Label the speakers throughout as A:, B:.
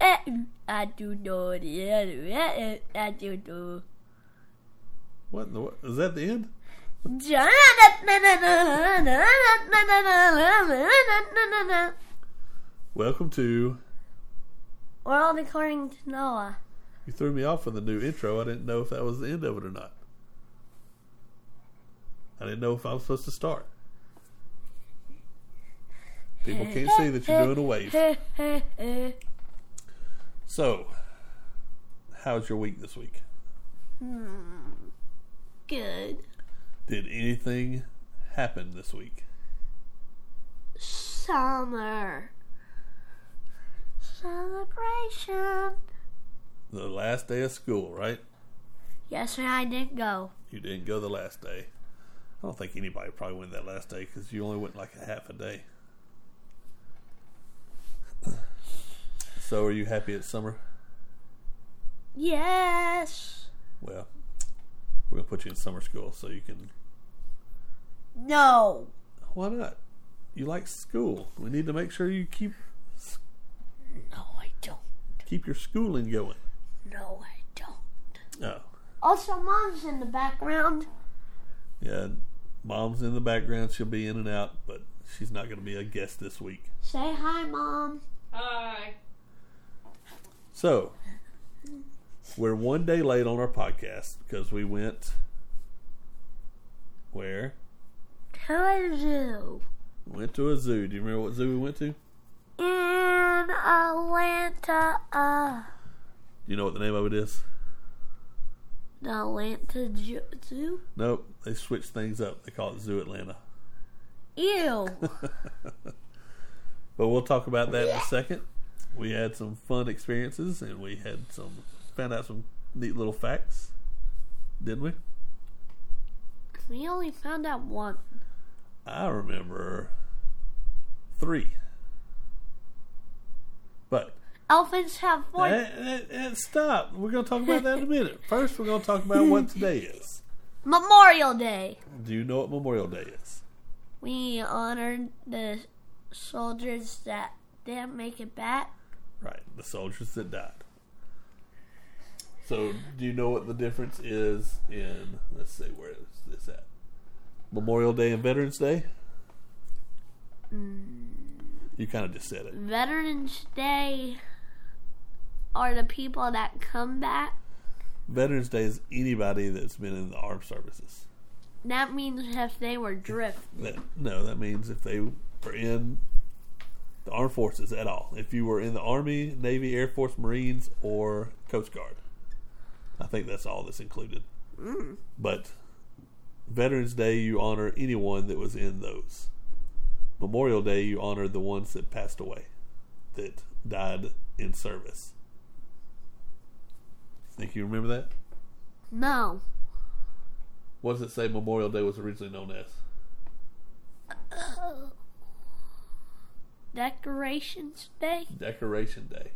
A: Eh, I do know the end. Eh, I do know.
B: What in the what? Is that the end? Welcome to.
A: We're all according to Noah.
B: You threw me off with the new intro. I didn't know if that was the end of it or not. I didn't know if I was supposed to start. People can't see that you're doing a wave. So, how's your week this week?
A: Good.
B: Did anything happen this week?
A: Summer. Celebration.
B: The last day of school, right?
A: Yesterday I didn't go.
B: You didn't go the last day. I don't think anybody probably went that last day because you only went like a half a day. So, are you happy it's summer?
A: Yes.
B: Well, we're gonna put you in summer school so you can.
A: No.
B: Why not? You like school. We need to make sure you keep
A: No, I don't.
B: keep your schooling going.
A: No, I don't.
B: Oh,
A: Also, mom's in the background.
B: yeah. Mom's in the background. She'll be in and out, but she's not gonna be a guest this week.
A: Say hi, mom.
C: Hi.
B: So, we're one day late on our podcast because we went where?
A: Hello, zoo.
B: Went to a zoo. Do you remember what zoo we went to?
A: In Atlanta, uh,
B: Do you know what the name of it is?
A: the Atlanta Ju- Zoo.
B: Nope. They switched things up. They call it Zoo Atlanta.
A: Ew.
B: But we'll talk about that in a second. We had some fun experiences and we had some found out some neat little facts, didn't we?
A: we only found out one.
B: I remember three. But
A: Elephants have four.
B: Eh, eh, eh, stop. We're going to talk about that in a minute. First, we're going to talk about what today is.
A: Memorial Day.
B: Do you know what Memorial Day is?
A: We honored the soldiers that didn't make it back.
B: Right, the soldiers that died. So, do you know what the difference is in, let's see, where is this at? Memorial Day and Veterans Day? You kind of just said it.
A: Veterans Day are the people that come back.
B: Veterans Day is anybody that's been in the armed services.
A: That means if they were drift.
B: That, no, that means if they were in the armed forces at all. If you were in the Army, Navy, Air Force, Marines, or Coast Guard. I think that's all that's included. But Veterans Day, you honor anyone that was in those. Memorial Day, you honor the ones that passed away, that died in service. Think you remember that?
A: No.
B: What does it say Memorial Day was originally known as?
A: Decorations Day?
B: Decoration Day.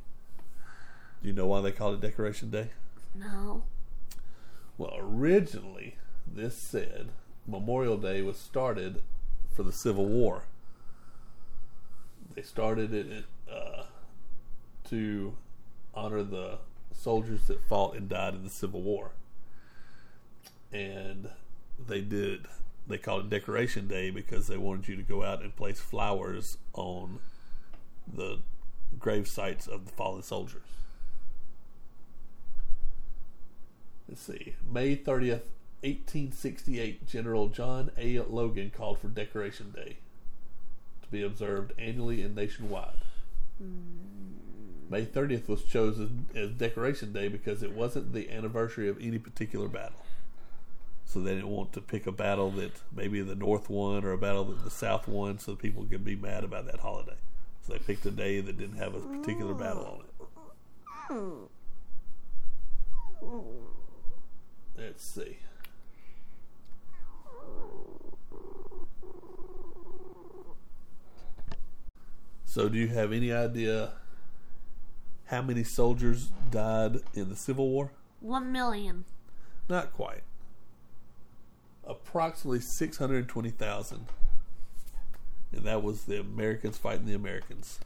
B: Do you know why they called it Decoration Day?
A: No.
B: Well, originally, this said Memorial Day was started for the Civil War. They started it uh, to honor the soldiers that fought and died in the Civil War. And they did, they called it Decoration Day because they wanted you to go out and place flowers on the grave sites of the fallen soldiers. Let's see. May 30th, 1868, General John A. Logan called for Decoration Day to be observed annually and nationwide. May 30th was chosen as Decoration Day because it wasn't the anniversary of any particular battle. So they didn't want to pick a battle that maybe the North won or a battle that the South won so people could be mad about that holiday. So they picked a day that didn't have a particular battle on it. Let's see. So, do you have any idea how many soldiers died in the Civil War?
A: One million.
B: Not quite. Approximately 620,000. And that was the Americans fighting the Americans.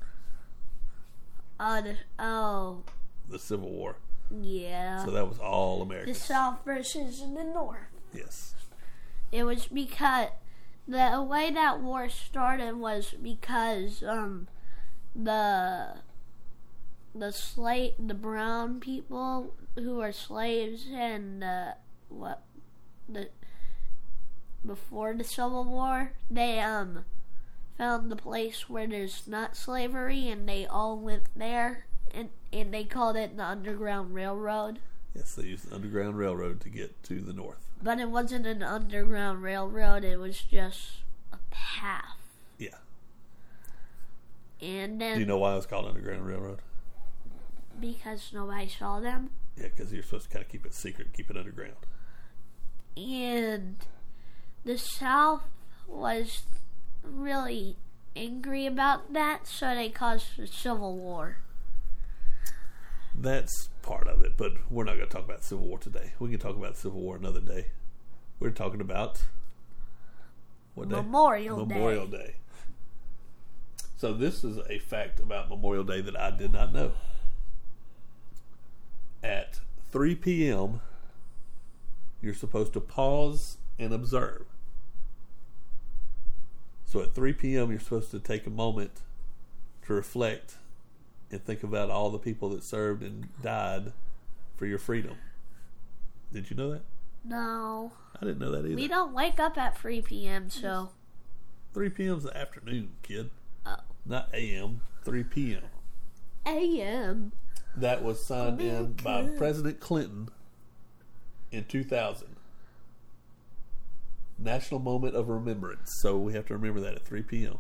A: Oh, the, oh,
B: the Civil War.
A: Yeah.
B: So that was all
A: the
B: Americans.
A: South versus the North.
B: yes.
A: It was because the way that war started was because um the the slave the brown people who were slaves and uh, what the before the Civil War they um found the place where there's not slavery and they all went there and and they called it the Underground Railroad.
B: Yes, they used the Underground Railroad to get to the north.
A: But it wasn't an underground railroad, it was just a path.
B: Yeah.
A: And
B: Do
A: then
B: you know why it was called Underground Railroad?
A: because nobody saw them.
B: Yeah, because you're supposed to kind of keep it secret, keep it underground.
A: And the South was really angry about that, so they caused the Civil War.
B: That's part of it, but we're not going to talk about Civil War today. We can talk about Civil War another day. We're talking about what day?
A: Memorial,
B: Memorial
A: Day.
B: Day. So this is a fact about Memorial Day that I did not know. At 3 p.m., you're supposed to pause and observe. So at 3 p.m., you're supposed to take a moment to reflect and think about all the people that served and died for your freedom. Did you know that?
A: No.
B: I didn't know that either.
A: We don't wake up at 3 p.m., so.
B: 3 p.m. is the afternoon, kid.
A: Oh.
B: Not a.m., 3 p.m.
A: A.M.
B: That was signed in by
A: America.
B: President Clinton in 2000. National Moment of Remembrance. So we have to remember that at 3 p.m.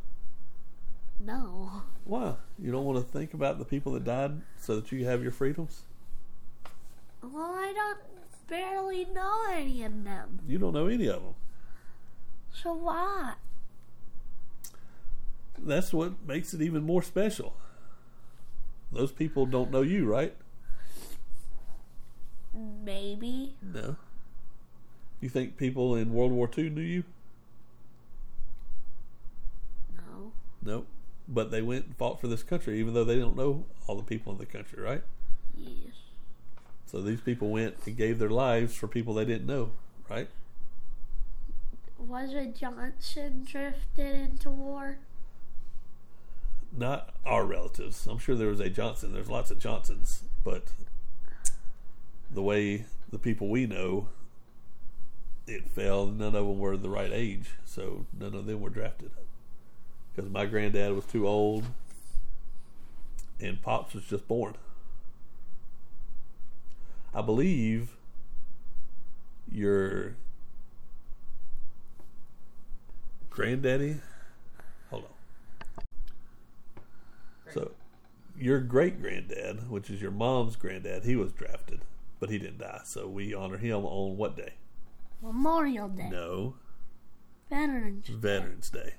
A: No.
B: Why? You don't want to think about the people that died so that you have your freedoms?
A: Well, I don't barely know any of them.
B: You don't know any of them.
A: So why?
B: That's what makes it even more special. Those people don't know you, right?
A: Maybe.
B: No. You think people in World War II knew you?
A: No.
B: Nope. But they went and fought for this country, even though they don't know all the people in the country, right?
A: Yes.
B: So these people went and gave their lives for people they didn't know, right?
A: Was it Johnson drifted into war?
B: Not our relatives. I'm sure there was a Johnson. There's lots of Johnsons, but the way the people we know, it fell. None of them were the right age, so none of them were drafted. Because my granddad was too old, and pops was just born. I believe your granddaddy. Hold on. So, your great granddad, which is your mom's granddad, he was drafted, but he didn't die. So we honor him on what day?
A: Memorial Day.
B: No,
A: Veterans.
B: Veterans Day.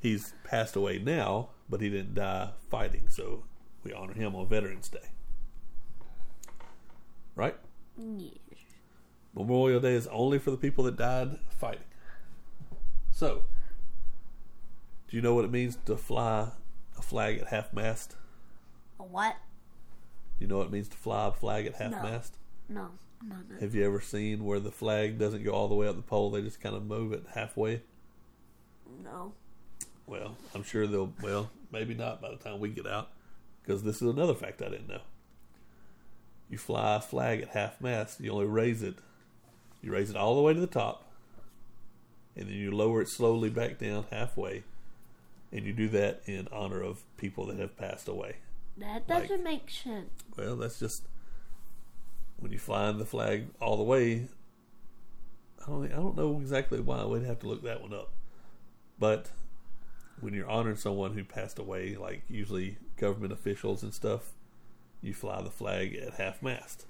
B: He's passed away now, but he didn't die fighting. So we honor him on Veterans Day. Right? Mm.
A: Yes.
B: Memorial Day is only for the people that died fighting. So, do you know what it means to fly a flag at half mast?
A: A what?
B: Do you know what it means to fly a flag at half
A: No.
B: mast?
A: No. No, no.
B: Have you ever seen where the flag doesn't go all the way up the pole? They just kind of move it halfway.
A: No.
B: Well, I'm sure they'll. Well, maybe not by the time we get out, because this is another fact I didn't know. You fly a flag at half mast. You only raise it. You raise it all the way to the top, and then you lower it slowly back down halfway, and you do that in honor of people that have passed away.
A: That doesn't make sense.
B: Well, that's just when you flying the flag all the way. I don't, I don't know exactly why. We'd have to look that one up. But when you're honoring someone who passed away, like usually government officials and stuff, you fly the flag at half mast.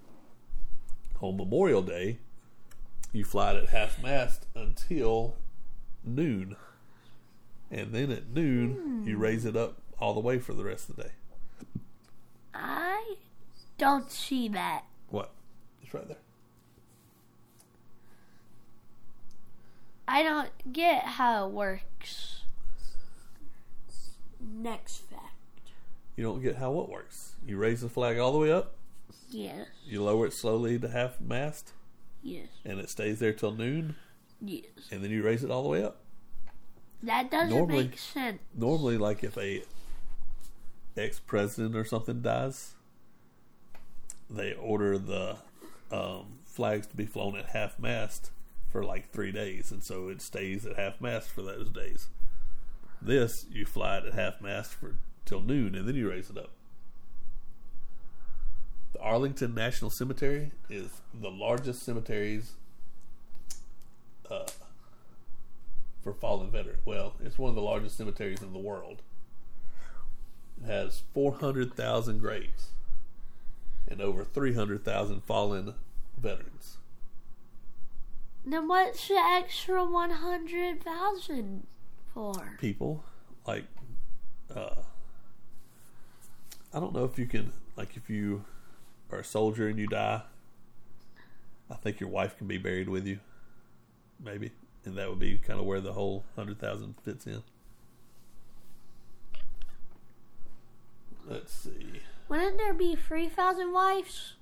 B: On Memorial Day, you fly it at half mast until noon. And then at noon, you raise it up all the way for the rest of the day.
A: I don't see that.
B: What? It's right there.
A: I don't get how it works. Next fact.
B: You don't get how what works. You raise the flag all the way up,
A: Yes.
B: You lower it slowly to half mast,
A: Yes.
B: and it stays there till noon,
A: Yes.
B: and then you raise it all the way up.
A: That doesn't
B: Normally-
A: make sense.
B: Normally, like if a ex president or something dies, they order the um, flags to be flown at half mast for like three days, and so it stays at half mast for those days. This you fly it at half mast for till noon, and then you raise it up. The Arlington National Cemetery is the largest cemeteries uh, for fallen veteran. Well, it's one of the largest cemeteries in the world. It has 400,000 graves and over 300,000 fallen veterans.
A: Then what's the extra 100,000 for?
B: People like uh I don't know if you can like if you are a soldier and you die, I think your wife can be buried with you. Maybe. And that would be kind of where the whole 100,000 fits in. Let's see.
A: Wouldn't there be 3,000 wives?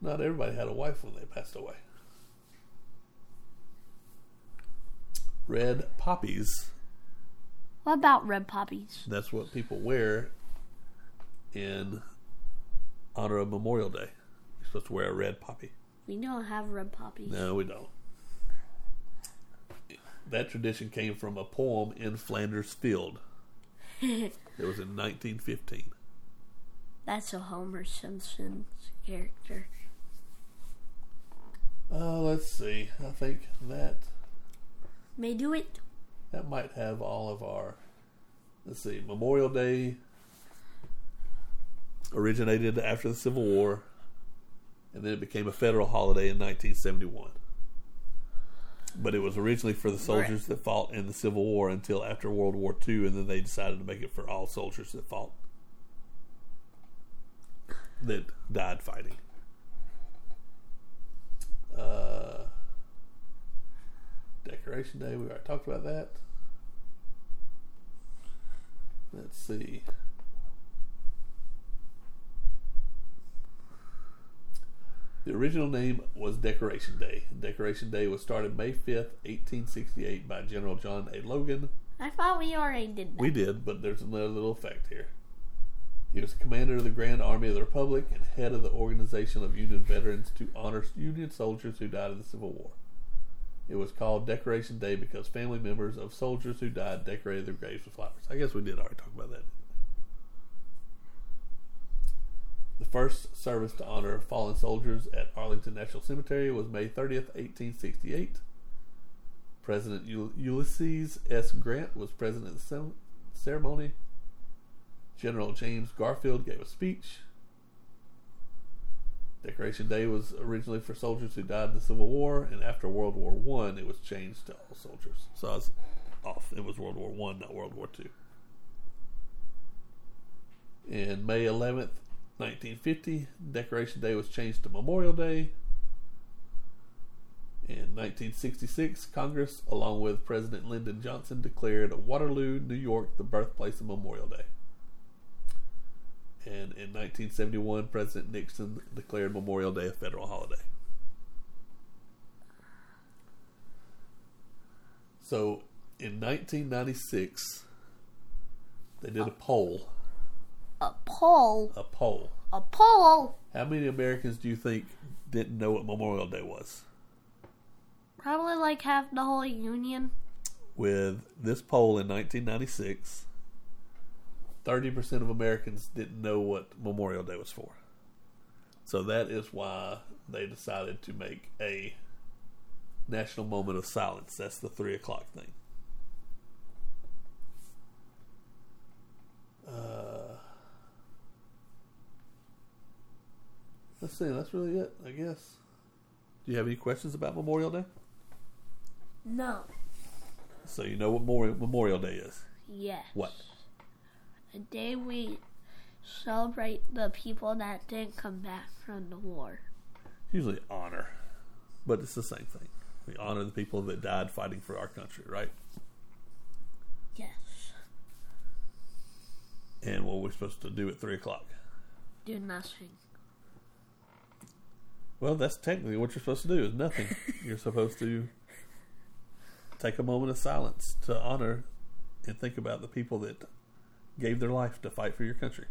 B: Not everybody had a wife when they passed away. Red poppies.
A: What about red poppies?
B: That's what people wear in honor of Memorial Day. You're supposed to wear a red poppy.
A: We don't have red poppies.
B: No, we don't. That tradition came from a poem in Flanders Field. It was in 1915.
A: That's a Homer Simpson character.
B: Uh, let's see. I think that
A: May do it.
B: That might have all of our. Let's see. Memorial Day originated after the Civil War, and then it became a federal holiday in 1971. But it was originally for the soldiers that fought in the Civil War until after World War II, and then they decided to make it for all soldiers that fought that died fighting. Uh, Decoration Day, we already talked about that. Let's see. The original name was Decoration Day. Decoration Day was started May 5th, 1868, by General John A. Logan.
A: I thought we already did that.
B: We did, but there's another little effect here. He was commander of the Grand Army of the Republic and head of the Organization of Union Veterans to honor Union soldiers who died in the Civil War. It was called Decoration Day because family members of soldiers who died decorated their graves with flowers. I guess we did already talk about that. The first service to honor fallen soldiers at Arlington National Cemetery was May 30th, 1868. President U- Ulysses S. Grant was president of the cem- ceremony. General James Garfield gave a speech. Decoration Day was originally for soldiers who died in the Civil War, and after World War One, it was changed to all soldiers. So I was off. It was World War One, not World War Two. In May 11th, 1950, Decoration Day was changed to Memorial Day. In 1966, Congress, along with President Lyndon Johnson, declared Waterloo, New York, the birthplace of Memorial Day. And in 1971, President Nixon declared Memorial Day a federal holiday. So in 1996, they did a poll.
A: A poll.
B: A poll.
A: A poll?
B: How many Americans do you think didn't know what Memorial Day was?
A: Probably like half the whole union.
B: with this poll in 1996, 30% of Americans didn't know what Memorial Day was for. So that is why they decided to make a national moment of silence. That's the 3 o'clock thing. Uh, let's see, that's really it, I guess. Do you have any questions about Memorial Day?
A: No.
B: So you know what Memorial- Memorial Day is.
A: Yes.
B: What?
A: A day we celebrate the people that didn't come back from the war.
B: usually honor, but it's the same thing. We honor the people that died fighting for our country, right?
A: Yes.
B: And what we're supposed to do at three o'clock.
A: do nothing.
B: Well, that's technically what you're supposed to do is nothing. you're supposed to take a moment of silence to honor and think about the people that gave their life to fight for your country.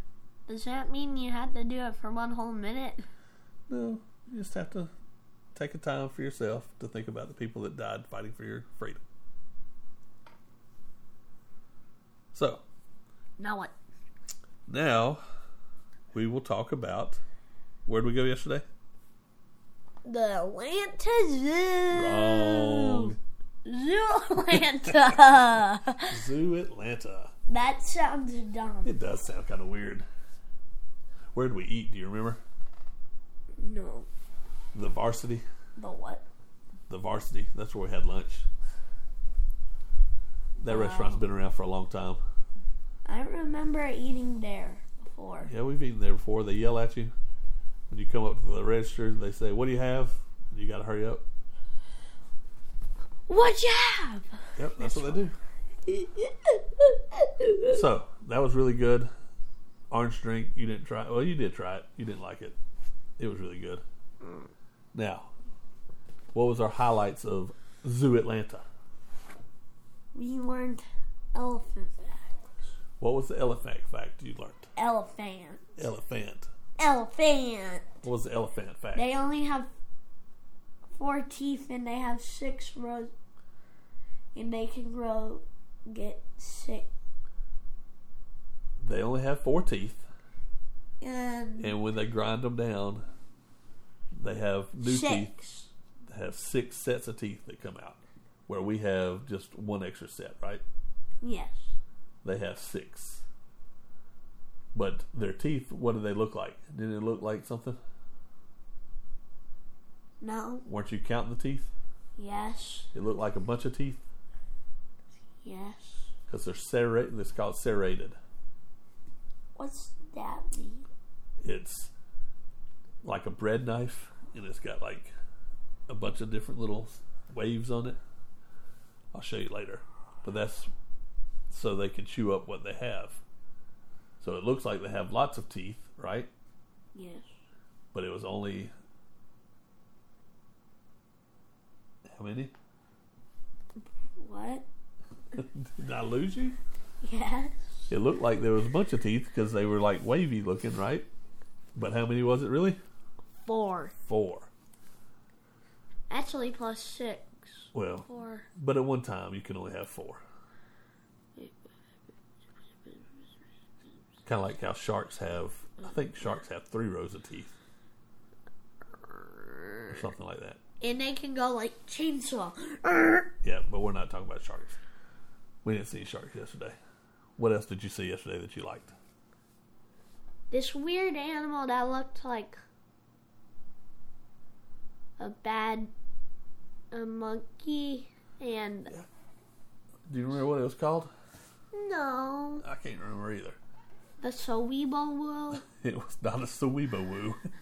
A: Does that mean you had to do it for one whole minute?
B: No, you just have to take a time for yourself to think about the people that died fighting for your freedom. So,
A: Now what?
B: now we will talk about where did we go yesterday?
A: The Atlanta Zoo.
B: Wrong.
A: Zoo Atlanta.
B: Zoo Atlanta.
A: that sounds dumb.
B: It does sound kind of weird. Where did we eat? Do you remember?
A: No.
B: The varsity.
A: The what?
B: The varsity. That's where we had lunch. That restaurant's been around for a long time.
A: I remember eating there before.
B: Yeah, we've eaten there before. They yell at you when you come up to the register. They say, "What do you have?" You got to hurry up.
A: What you have?
B: Yep, that's what they do. So that was really good. Orange drink. You didn't try. It. Well, you did try it. You didn't like it. It was really good. Now, what was our highlights of Zoo Atlanta?
A: We learned elephant fact.
B: What was the elephant fact you learned?
A: Elephant.
B: Elephant.
A: Elephant.
B: What was the elephant fact?
A: They only have four teeth and they have six rows and they can grow get sick
B: They only have four teeth,
A: and,
B: and when they grind them down, they have new teeth.
A: six.
B: They have six sets of teeth that come out, where we have just one extra set, right?
A: Yes.
B: They have six. But their teeth, what do they look like? Didn't it look like something?
A: No.
B: Weren't you counting the teeth?
A: Yes.
B: It looked like a bunch of teeth
A: Yes.
B: because they're serrated. It's called serrated.
A: What's that mean?
B: It's like a bread knife, and it's got like a bunch of different little waves on it. I'll show you later, but that's so they can chew up what they have. So it looks like they have lots of teeth, right?
A: Yes.
B: But it was only how many?
A: What?
B: Did I lose you?
A: Yes.
B: It looked like there was a bunch of teeth because they were like wavy looking, right? But how many was it really?
A: Four.
B: Four.
A: Actually, plus six.
B: Well,
A: Four.
B: but at one time you can only have four. Kind of like how sharks have, I think sharks have three rows of teeth or something like that.
A: And they can go like chainsaw.
B: Yeah, but we're not talking about sharks. We didn't see sharks yesterday. What else did you see yesterday that you liked?
A: This weird animal that looked like a bad a monkey and
B: Do you remember what it was called?
A: no
B: I can't remember either.
A: the Soweebo
B: It was not a Sweebo Woo.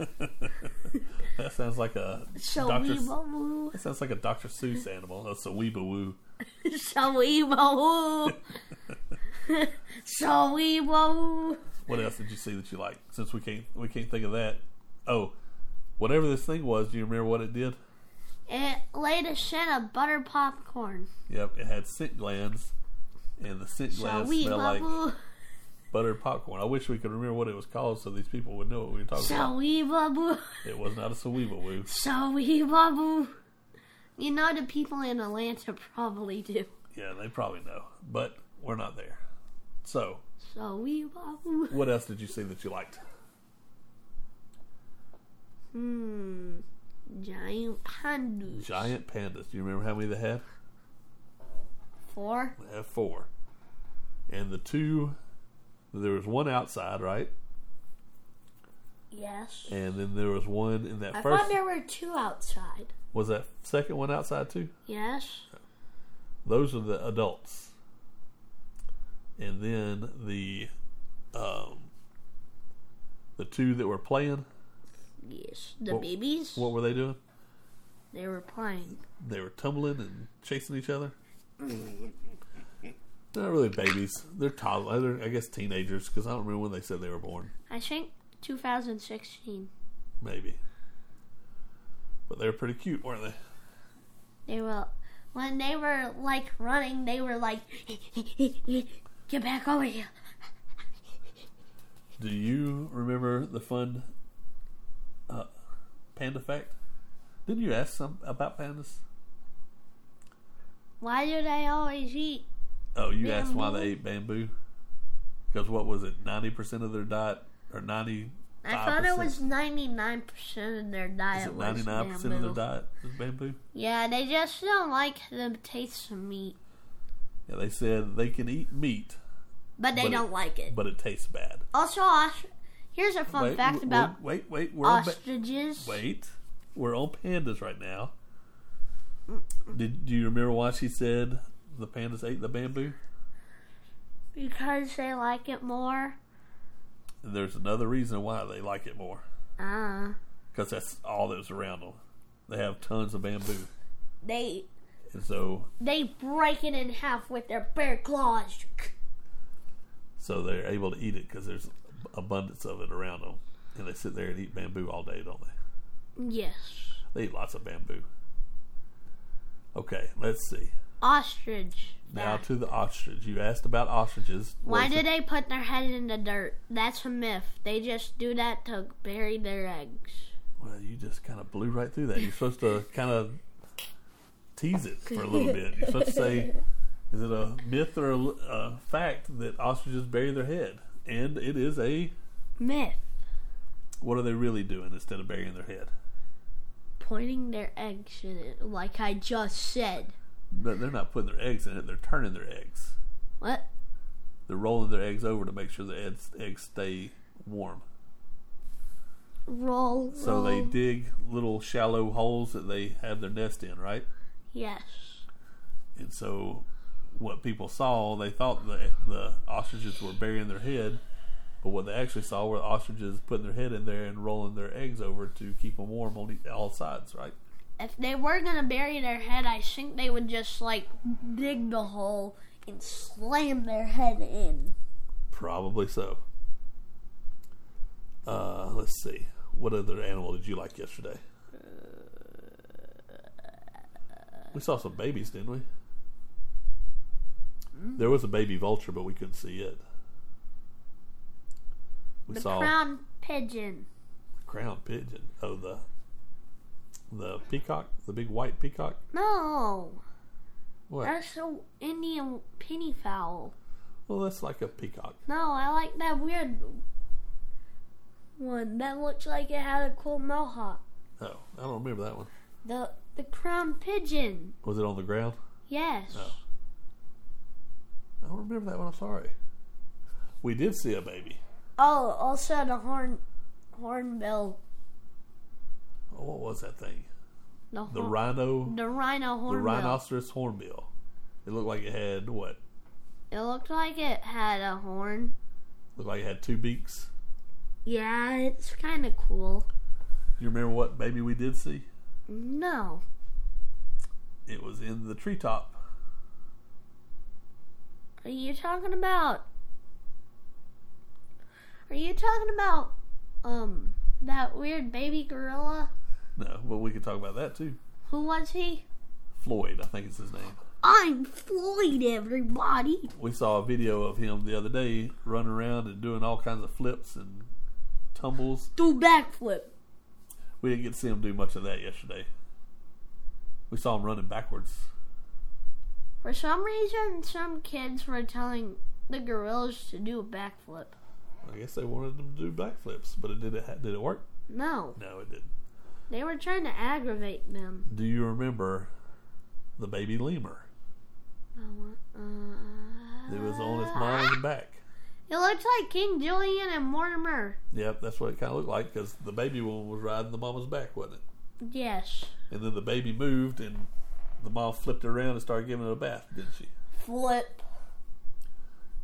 B: that sounds like a Dr. S-
A: Soweebo
B: That sounds like a Dr. Seuss animal. A Sweebo Woo.
A: Soweebo Soweebo
B: What else did you see that you liked? Since we can't we can't think of that. Oh, whatever this thing was, do you remember what it did?
A: It laid a scent of butter popcorn.
B: Yep, it had scent glands, and the scent glands smelled like
A: Soweebo
B: buttered popcorn. I wish we could remember what it was called so these people would know what we were talking about.
A: Soweebo
B: It was not a Sweebo Woo.
A: Soweebo You know the people in Atlanta probably do.
B: Yeah, they probably know, but we're not there. So,
A: Soweebo
B: what else did you see that you liked?
A: Hmm. Giant pandas.
B: Giant pandas. Do you remember how many they had?
A: Four.
B: They have four. And the two, there was one outside, right?
A: Yes.
B: And then there was one in that
A: I
B: first.
A: thought there were two outside.
B: was that second one outside too?
A: Yes.
B: Those are the adults. And then the, um, the two that were playing.
A: Yes. The
B: What-
A: babies.
B: What were they doing?
A: They were playing.
B: They were tumbling and chasing each other. Not really babies. They're toddlers. They're, I guess teenagers because I don't remember when they said they were born.
A: I think 2016.
B: Maybe. But they were pretty cute, weren't they?
A: They were when they were like running. They were like, "Get back over here!"
B: Do you remember the fun uh, panda fact? Didn't you ask some about pandas?
A: Why do they always eat?
B: Oh, you asked why
A: Bamboo.
B: they ate bamboo? Because what was it? Ninety percent of their diet, or ninety?
A: I thought it was 99% of their
B: Is
A: diet
B: it
A: was
B: ninety nine percent of
A: bamboo.
B: their diet is bamboo?
A: Yeah, they just don't like the taste of meat,
B: Yeah, they said they can eat meat,
A: but they
B: But it-
A: don't like it.
B: but it tastes bad.
A: Also, ostr- here's a fun fact
B: w-
A: about
B: w- wait, wait, we're on ba-
A: ostriches.
B: wait, we're on pandas right now. Did do you remember why she said the pandas ate the bamboo?
A: Because they like it more.
B: And there's another reason why they like it more.
A: Uh,
B: because that's all that was around them. They have tons of bamboo,
A: they
B: and so
A: they break it in half with their bare claws.
B: so they're able to eat it because there's abundance of it around them, and they sit there and eat bamboo all day, don't they?
A: Yes.
B: They eat lots of bamboo. Okay, let's see.
A: Ostrich.
B: Now
A: fact.
B: to the ostrich. You asked about ostriches.
A: Why
B: What's
A: do
B: it-
A: they put their head in the dirt? That's a myth. They just do that to bury their eggs.
B: Well, you just kind of blew right through that. You're supposed to kind of tease it for a little bit. You're supposed to say, is it a myth or a, l- a fact that ostriches bury their head? And it is a
A: Myth.
B: what are they really doing instead of burying their head?
A: Pointing their eggs in it, like I just said.
B: But they're not putting their eggs in it. They're turning their eggs.
A: What?
B: They're rolling their eggs over to make sure the eggs, eggs stay warm.
A: Roll.
B: So they
A: roll.
B: dig little shallow holes that they have their nest in, right?
A: Yes.
B: And so what people saw, they thought the the ostriches were burying their head, but what they actually saw were the ostriches putting their head in there and rolling their eggs over to keep them warm on the- all sides, right?
A: If they were gonna bury their head, I think they would just like dig the hole and slam their head in.
B: Probably so. Uh, let's see. What other animal did you like yesterday? We saw some babies, didn't we?
A: Hmm?
B: There was a baby vulture, but we couldn't see it. We
A: The
B: saw
A: crown pigeon.
B: crown pigeon. Oh, the the peacock, the big white peacock.
A: No,
B: What?
A: that's an Indian penny fowl.
B: Well, that's like a peacock.
A: No, I like that weird one that looks like it had a cool mohawk.
B: Oh, I don't remember that one.
A: The the crown pigeon.
B: Was it on the ground?
A: Yes.
B: Oh. I don't remember that one. I'm sorry. We did see a baby.
A: Oh, also the horn hornbill.
B: Oh, what was that thing?
A: The,
B: The
A: hor-
B: rhino,
A: the rhino
B: the
A: hornbill.
B: rhinoceros hornbill. It looked like it had what?
A: It looked like it had a horn.
B: Looked like it had two beaks.
A: Yeah, it's kind of cool.
B: Do you remember what baby we did see?
A: No.
B: It was in the treetop.
A: Are you talking about? Are you talking about um that weird baby gorilla?
B: No, but we could talk about that too.
A: Who was he?
B: Floyd, I think is his name.
A: I'm Floyd, everybody.
B: We saw a video of him the other day running around and doing all kinds of flips and tumbles.
A: Do backflip.
B: We didn't get to see him do much of that yesterday. We saw him running backwards.
A: For some reason, some kids were telling the gorillas to do a backflip.
B: I guess they wanted him to do backflips, but it did it did it work?
A: No,
B: No, it didn't.
A: they were trying to aggravate them.
B: Do you remember the baby lemur
A: I want- Uh,
B: that was on its mom's back?
A: It looks like King Julian and Mortimer.
B: Yep, that's what it kind of looked like because the baby one was riding the mama's back, wasn't it?
A: Yes.
B: And then the baby moved and the mom flipped her around and started giving it a bath, didn't she?
A: Flip.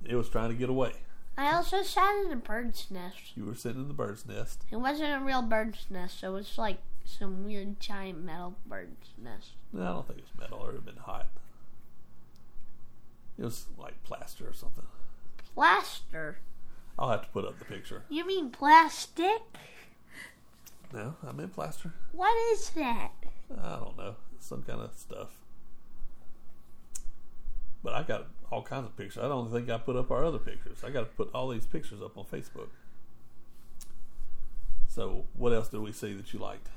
B: It was trying to get away.
A: I also sat in a bird's nest.
B: You were sitting in the bird's nest.
A: It wasn't a real bird's nest, so it was like some weird giant metal bird's nest.
B: No, I don't think it was metal or it had been hot. It was like plaster or something.
A: Plaster.
B: I'll have to put up the picture.
A: You mean plastic?
B: No, I meant plaster.
A: What is that?
B: I don't know. Some kind of stuff. But I got all kinds of pictures. I don't think I put up our other pictures. I got to put all these pictures up on Facebook. So, what else did we see that you liked?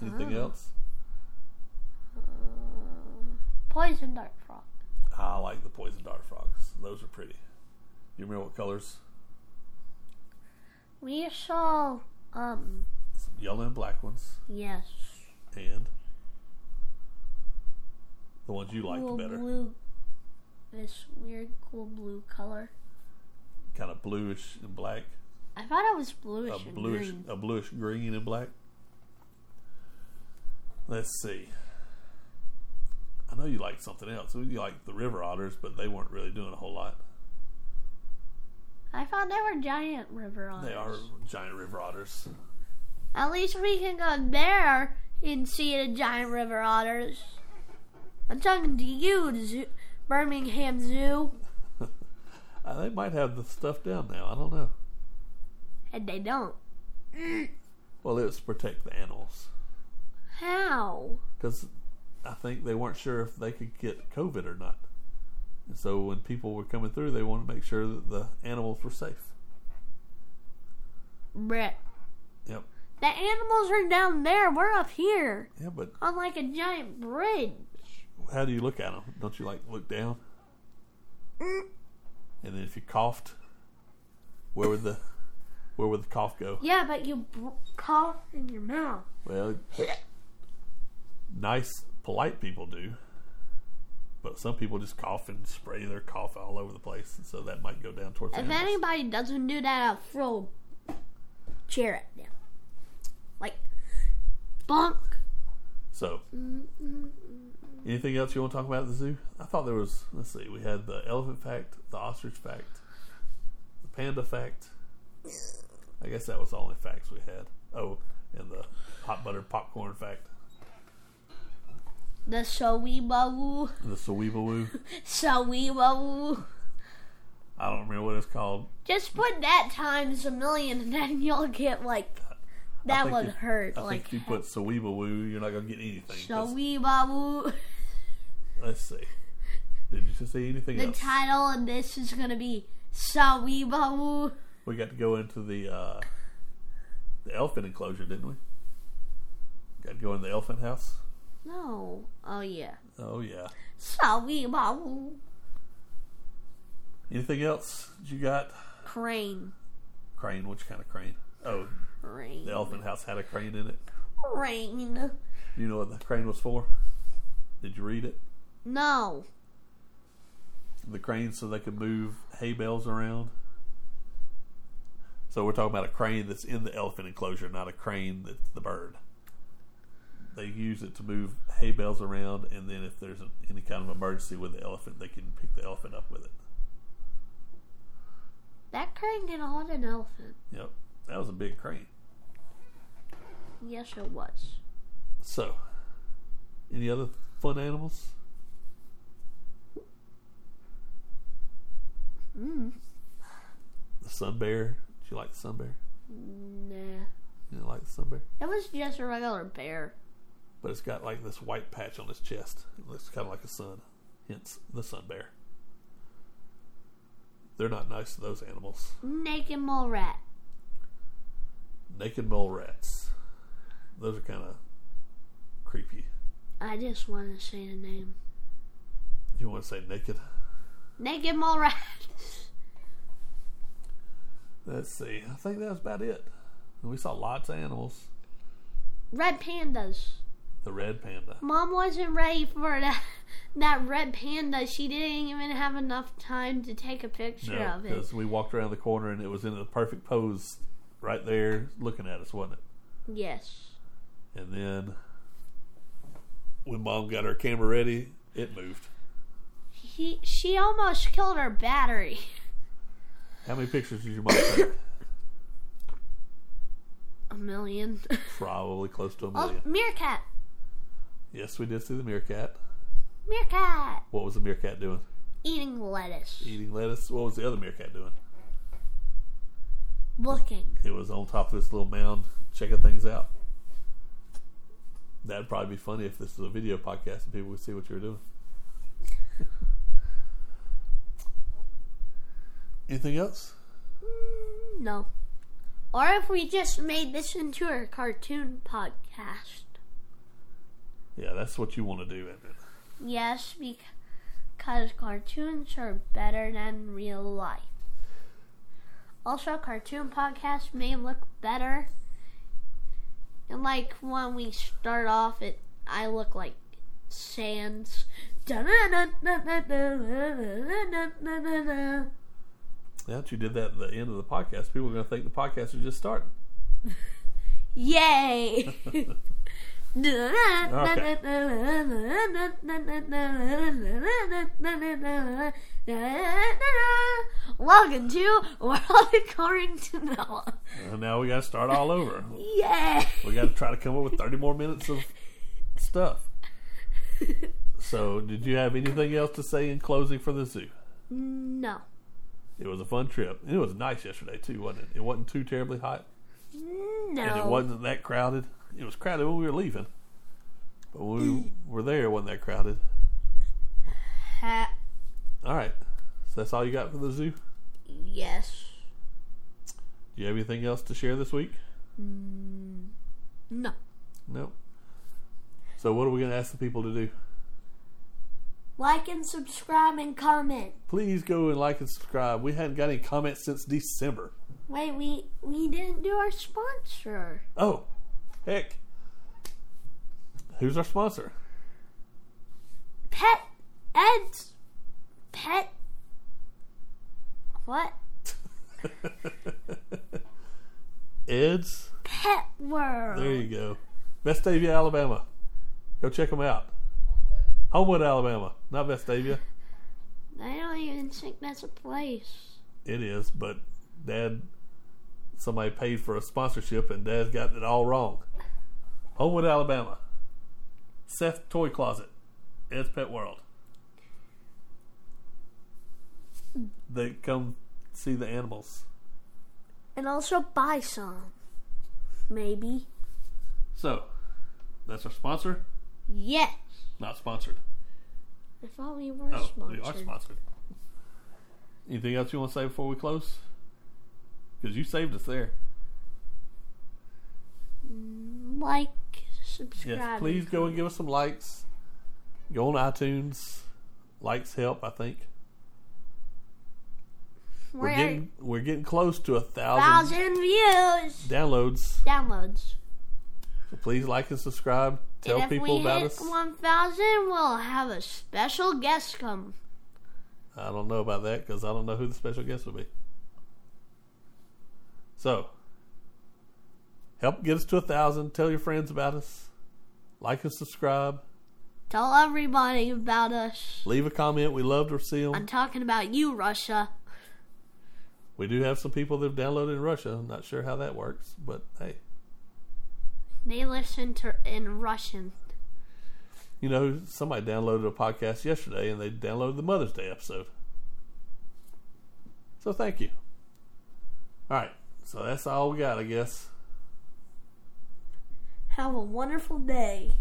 B: Anything else?
A: Um, poison dart frog.
B: I like the poison dart frogs. Those are pretty. You remember what colors?
A: We saw, um,
B: Some yellow and black ones,
A: yes.
B: and the ones you liked
A: Cool
B: better.
A: blue. This weird cool blue color.
B: Kind of bluish and black.
A: I thought it was
B: a
A: bluish and
B: Uh, bluish
A: green.
B: a bluish green and black. Let's see. I know you like something else. You like the river otters, but they weren't really doing a whole lot.
A: I thought they were giant river otters.
B: They are giant river otters.
A: At least we can go there and see the giant river otters. I'm talking to you, the zoo, Birmingham Zoo.
B: Uh, they might have the stuff down now. I don't know.
A: And they don't.
B: Well, it was to protect the animals
A: How?
B: because I think they weren't sure if they could get COVID or not. And so when people were coming through, they wanted to make sure that the animals were safe.
A: Brett.
B: Yep.
A: The animals are down there. We're up here
B: Yeah, but
A: on like a giant bridge.
B: how do you look at them? Don't you like look down? And then if you coughed, where would the where would the cough go?
A: Yeah, but you br- cough in your mouth.
B: Well, nice, polite people do, but some people just cough and spray their cough all over the place, and so that might go down towards. the
A: If
B: animals.
A: anybody doesn't do that, I'll throw a chair at them. Like, bonk.
B: So, anything else you want to talk about at the zoo? I thought there was. Let's see. We had the elephant fact, the ostrich fact, the panda fact. I guess that was the only facts we had. Oh, and the hot buttered popcorn fact,
A: The Saweebawoo.
B: the Saweebawoo.
A: Saweebawoo.
B: I don't remember what it's called.
A: Just put that times a million and then you'll get like, that
B: think
A: would
B: if-
A: hurt.
B: I
A: like,
B: think if you put Saweebawoo, you're not gonna get anything. 'cause-
A: Saweebawoo.
B: Let's see. Did you see anything
A: The
B: else?
A: title of this is gonna be Saweebawoo.
B: we got to go into the uh, the elephant enclosure, didn't we? Got to go in the elephant house.
A: No. Oh yeah.
B: Oh yeah.
A: Saweebawoo.
B: Anything else you got?
A: Crane.
B: Crane, which kind of crane? Oh,
A: Crane.
B: the elephant house had a crane in it.
A: Crane.
B: You know what the crane was for? Did you read it?
A: No.
B: The crane so they could move hay bales around. So we're talking about a crane that's in the elephant enclosure, not a crane that's the bird. They use it to move hay bales around, and then if there's any kind of emergency with the elephant, they can pick the elephant up with it.
A: That crane can hold an elephant.
B: Yep, that was a big crane.
A: Yes, it was.
B: So, any other fun animals?
A: Mm.
B: The sun bear. Did you like the sun bear?
A: Nah.
B: You didn't like the sun bear?
A: It was just a regular bear.
B: But it's got like this white patch on its chest. It looks kind of like a sun, hence the sun bear. They're not nice to those animals.
A: Naked mole rat.
B: Naked mole rats. Those are kind of creepy.
A: I just want to say the name.
B: You want to say naked?
A: Naked mole rat.
B: Let's see. I think that was about it. We saw lots of animals.
A: Red pandas.
B: The red panda.
A: Mom wasn't ready for that. That red panda, she didn't even have enough time to take a picture
B: No,
A: of it.
B: because we walked around the corner and it was in the perfect pose right there looking at us, wasn't
A: Yes.
B: it? And then when mom got her camera ready, it moved.
A: He, she almost killed her battery.
B: How many pictures did your mom take?
A: A million.
B: Probably close to a
A: oh,
B: million.
A: meerkat.
B: Yes, we did see the meerkat.
A: Meerkat.
B: What was the meerkat doing?
A: Eating lettuce.
B: Eating lettuce. What was the other meerkat doing?
A: looking.
B: It was on top of this little mound, checking things out. That'd probably be funny if this was a video podcast and people would see what you were doing. Anything else?
A: No. Or if we just made this into a cartoon podcast.
B: Yeah, that's what you want to do, isn't it?
A: Yes, because cartoons are better than real life. Also, cartoon podcasts may look better. And like when we start off, it I look like Sans. That's
B: Now that you did that at the end of the podcast, people are going to think the podcast is just starting.
A: Yay! Welcome to World According to Noah.
B: And now we got to start all over.
A: Yay!
B: We got to try to come up with 30 more minutes of stuff. So, did you have anything else to say in closing for the zoo?
A: No.
B: It was a fun trip. It was nice yesterday, too, wasn't it? It wasn't too terribly hot,
A: No.
B: and it wasn't that crowded. It was crowded when we were leaving, but when we were there, it wasn't that crowded.
A: Ha-
B: All right. So, that's all you got for the zoo?
A: yes.
B: Do you have anything else to share this week?
A: No.
B: No. So, what are we going to ask the people to do?
A: Like and subscribe and comment.
B: Please go and like and subscribe. We hadn't got any comments since December.
A: Wait, we we didn't do our sponsor.
B: Oh, heck. Who's our sponsor?
A: Pet Ed's pet. What?
B: Ed's.
A: Pet World.
B: There you go. Vestavia, Alabama. Go check them out. Homewood, Alabama. Not Vestavia.
A: I don't even think that's a place.
B: It is, but Dad, somebody paid for a sponsorship and Dad got it all wrong. Homewood, Alabama. Seth Toy Closet. Ed's Pet World. They come see the animals.
A: And also buy some. Maybe.
B: So, that's our sponsor.
A: Yes.
B: Not sponsored.
A: I thought we were
B: Oh,
A: sponsored.
B: we are sponsored. Anything else you want to say before we close? Because you saved us there.
A: Like,
B: Yes,
A: subscribe.
B: please go and give us some likes. Go on iTunes. Likes help, I think. We're
A: We're-
B: getting we're getting close to a thousand
A: thousand views.
B: downloads.
A: Downloads.
B: So please like and subscribe. Tell
A: and if
B: people
A: we
B: about
A: hit
B: us.
A: 1,000, we'll have a special guest come.
B: I don't know about that because I don't know who the special guest will be. So, help get us to a thousand. Tell your friends about us. Like and subscribe.
A: Tell everybody about us.
B: Leave a comment. We love to see
A: I'm
B: them.
A: talking about you, Russia.
B: We do have some people that have downloaded in Russia. I'm not sure how that works, but hey,
A: They listen to in Russian.
B: you know, somebody downloaded a podcast yesterday and they downloaded the Mother's Day episode. So thank you. All right, so that's all we got, I guess.
A: Have a wonderful day.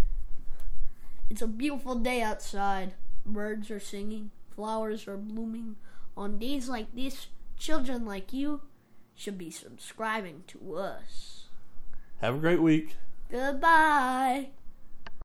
A: It's a beautiful day outside. Birds are singing, flowers are blooming. On days like this, children like you should be subscribing to us.
B: Have a great week.
A: Goodbye.